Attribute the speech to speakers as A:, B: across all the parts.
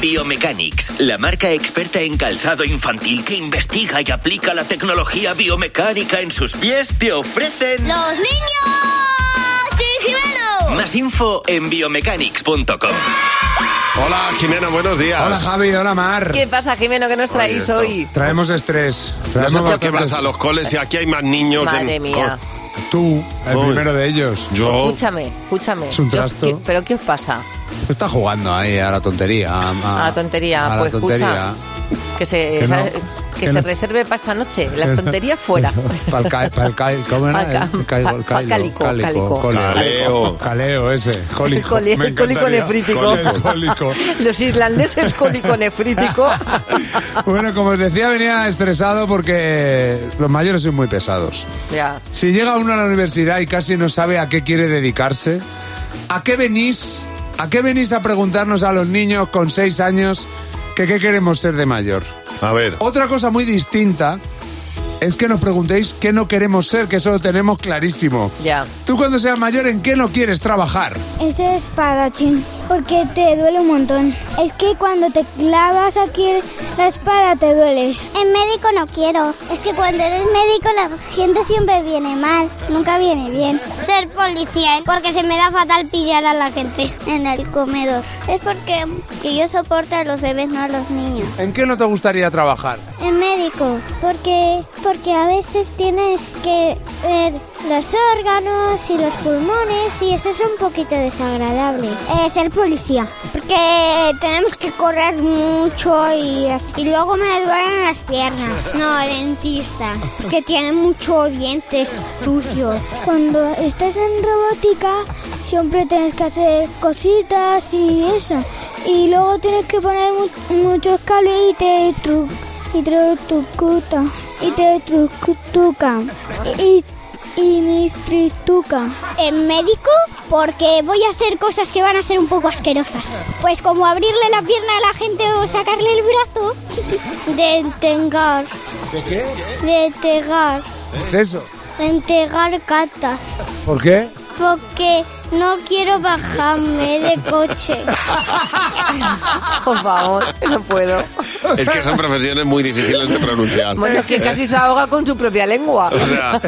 A: Biomechanics, la marca experta en calzado infantil que investiga y aplica la tecnología biomecánica en sus pies, te ofrecen
B: ¡Los niños! ¡Sí, Jimeno!
A: más info en biomechanics.com.
C: Hola Jimena, buenos días.
D: Hola Javi, hola Mar.
E: ¿Qué pasa, Jimeno, que nos traéis
C: esto.
E: hoy?
D: Traemos estrés.
C: Ya sé
D: Traemos
C: por qué vas
D: bastante-
C: a los coles y aquí hay más niños. que-
E: Madre mía.
D: Tú, el
C: Uy.
D: primero de ellos.
C: Yo.
E: Escúchame, escúchame.
D: Oh. Es un
E: Yo-
D: trasto.
E: ¿qué- ¿Pero qué os pasa?
D: Está jugando ahí a la tontería. A,
E: A la tontería,
D: a la
E: pues
D: tontería.
E: escucha. Que se,
D: Que no,
E: ¿sabes? que
D: que
E: se
D: no.
E: reserve para esta noche. Las tonterías fuera.
D: Para el ca- para el ca- ¿cómo era?
E: Pa'l ca-
D: El caigo-
E: pa- pa-
D: cailo,
E: cálico,
D: cálico,
E: cálico.
D: cóleo.
C: Caleo.
D: Caleo ese. Cólico.
E: Coli-
D: Me
E: cólico
D: encantaría.
E: nefrítico.
D: Cólico, cólico.
E: Los islandeses cólico nefrítico.
D: Bueno, como os decía, venía estresado porque los mayores son muy pesados.
E: ya.
D: Si llega uno a la universidad y casi no sabe a qué quiere dedicarse, ¿a qué venís? ¿A qué venís a preguntarnos a los niños con seis años que qué queremos ser de mayor?
C: A ver.
D: Otra cosa muy distinta es que nos preguntéis qué no queremos ser, que eso lo tenemos clarísimo.
E: Ya.
D: Tú cuando seas mayor, ¿en qué no quieres trabajar?
F: Ese es espadachín, porque te duele un montón. Es que cuando te clavas aquí la espada te dueles.
B: En médico no quiero.
F: Es que cuando eres médico la gente siempre viene mal, nunca viene bien. ¿eh?
B: Ser policía, porque se me da fatal pillar a la gente en el comedor.
F: Es porque que yo soporto a los bebés, no a los niños.
D: ¿En qué no te gustaría trabajar?
F: En médico, porque, porque a veces tienes que ver los órganos y los pulmones y eso es un poquito desagradable.
B: ser policía, porque tenemos que correr mucho y, y luego me duelen las piernas. No, dentista, porque tiene muchos dientes sucios.
F: Cuando estás en robótica siempre tienes que hacer cositas y eso. Y luego tienes que poner mu- muchos cables y te tru- y te trucuta y te trucutuca y y nistrituca.
B: En médico, porque voy a hacer cosas que van a ser un poco asquerosas. Pues como abrirle la pierna a la gente o sacarle el brazo.
F: De entegar,
D: ¿De qué?
F: de entegar,
D: ¿Es eso?
F: de entegar catas.
D: ¿Por qué?
F: Porque no quiero bajarme de coche.
E: Por favor, no puedo.
C: Es que son profesiones muy difíciles de pronunciar.
E: Bueno, que casi se ahoga con su propia lengua.
C: O sea,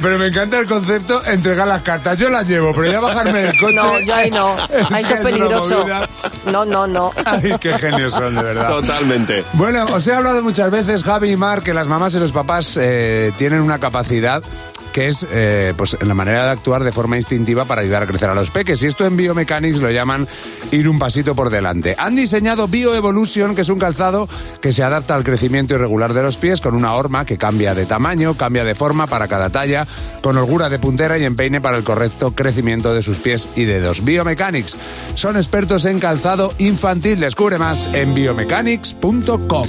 D: Pero me encanta el concepto entregar las cartas. Yo las llevo, pero ya bajarme del coche.
E: No, yo ahí no. Ahí eso
D: una
E: es peligroso.
D: movida.
E: No, no, no.
D: Ay, qué genios son, de verdad.
C: totalmente.
D: Bueno, os he hablado muchas veces, Javi y Mar, que las mamás y los papás eh, tienen una capacidad que es eh, pues, la manera de actuar de forma instintiva para ayudar a crecer a los peques. Y esto en Biomechanics lo llaman ir un pasito por delante. Han diseñado Bioevolution, que es un calzado que se adapta al crecimiento irregular de los pies con una horma que cambia de tamaño, cambia de forma para cada talla, con holgura de puntera y empeine para el correcto crecimiento de sus pies y dedos. Biomechanics son expertos en calzado infantil. Descubre más en biomechanics.com.